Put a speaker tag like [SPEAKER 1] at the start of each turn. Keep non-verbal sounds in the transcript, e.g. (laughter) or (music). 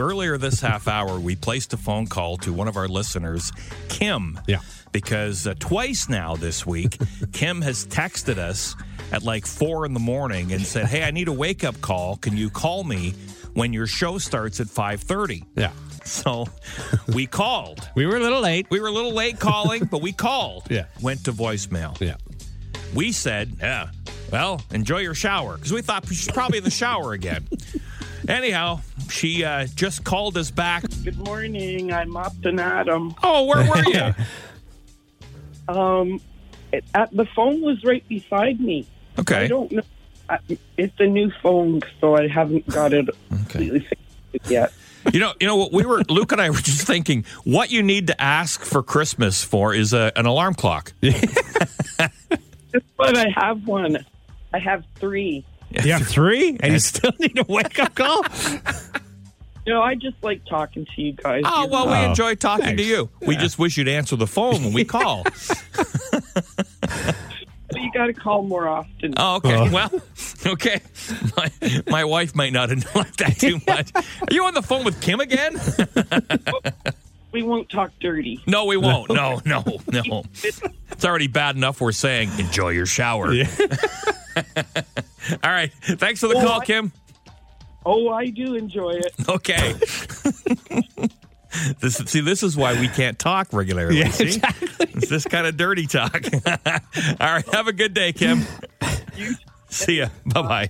[SPEAKER 1] Earlier this half hour, we placed a phone call to one of our listeners, Kim.
[SPEAKER 2] Yeah.
[SPEAKER 1] Because uh, twice now this
[SPEAKER 2] (laughs)
[SPEAKER 1] week, Kim has texted us at like four in the morning and said, "Hey, I need a wake up call. Can you call me when your show starts at 5.30?
[SPEAKER 2] Yeah.
[SPEAKER 1] (laughs) So we called.
[SPEAKER 2] We were a little late.
[SPEAKER 1] We were a little late calling, but we called.
[SPEAKER 2] (laughs) Yeah.
[SPEAKER 1] Went to voicemail.
[SPEAKER 2] Yeah.
[SPEAKER 1] We said, "Yeah, well, enjoy your shower," because we thought she's probably in the shower
[SPEAKER 2] (laughs)
[SPEAKER 1] again. Anyhow, she uh, just called us back.
[SPEAKER 3] Good morning. I'm Upton Adam.
[SPEAKER 1] Oh, where were you?
[SPEAKER 3] Um, it, uh, the phone was right beside me.
[SPEAKER 1] (laughs)
[SPEAKER 3] I
[SPEAKER 1] Okay.
[SPEAKER 3] don't know. I, it's a new phone, so I haven't got it completely fixed yet.
[SPEAKER 1] You know, you know what we were Luke and I were just thinking. What you need to ask for Christmas for is a, an alarm (laughs) clock.
[SPEAKER 3] But I have one. I have three.
[SPEAKER 2] You have three, and you still need a wake up call.
[SPEAKER 3] No, I just like talking to you guys.
[SPEAKER 1] Oh
[SPEAKER 3] You're
[SPEAKER 1] well, we
[SPEAKER 2] Oh,
[SPEAKER 1] enjoy talking
[SPEAKER 2] thanks.
[SPEAKER 1] to you. We just wish you'd answer the phone (laughs) when we call.
[SPEAKER 3] right. you got to call more often.
[SPEAKER 1] Oh, okay.
[SPEAKER 2] Oh.
[SPEAKER 1] Well, (laughs) okay. My, my wife might not have liked that (laughs) too much. Are you on the phone with Kim again? (laughs)
[SPEAKER 3] We won't talk dirty.
[SPEAKER 1] No, we won't. No, no, no. It's already bad enough we're saying enjoy your shower. (laughs) All right. Thanks for the
[SPEAKER 3] Well,
[SPEAKER 1] call,
[SPEAKER 3] I-
[SPEAKER 1] Kim.
[SPEAKER 3] Oh, I do enjoy it.
[SPEAKER 1] Okay. (laughs) this see, this is why we can't talk regularly.
[SPEAKER 2] (laughs) Yeah,
[SPEAKER 1] see? It's this kind of (laughs) dirty talk. All right. Have a good day, Kim. See ya. Bye bye.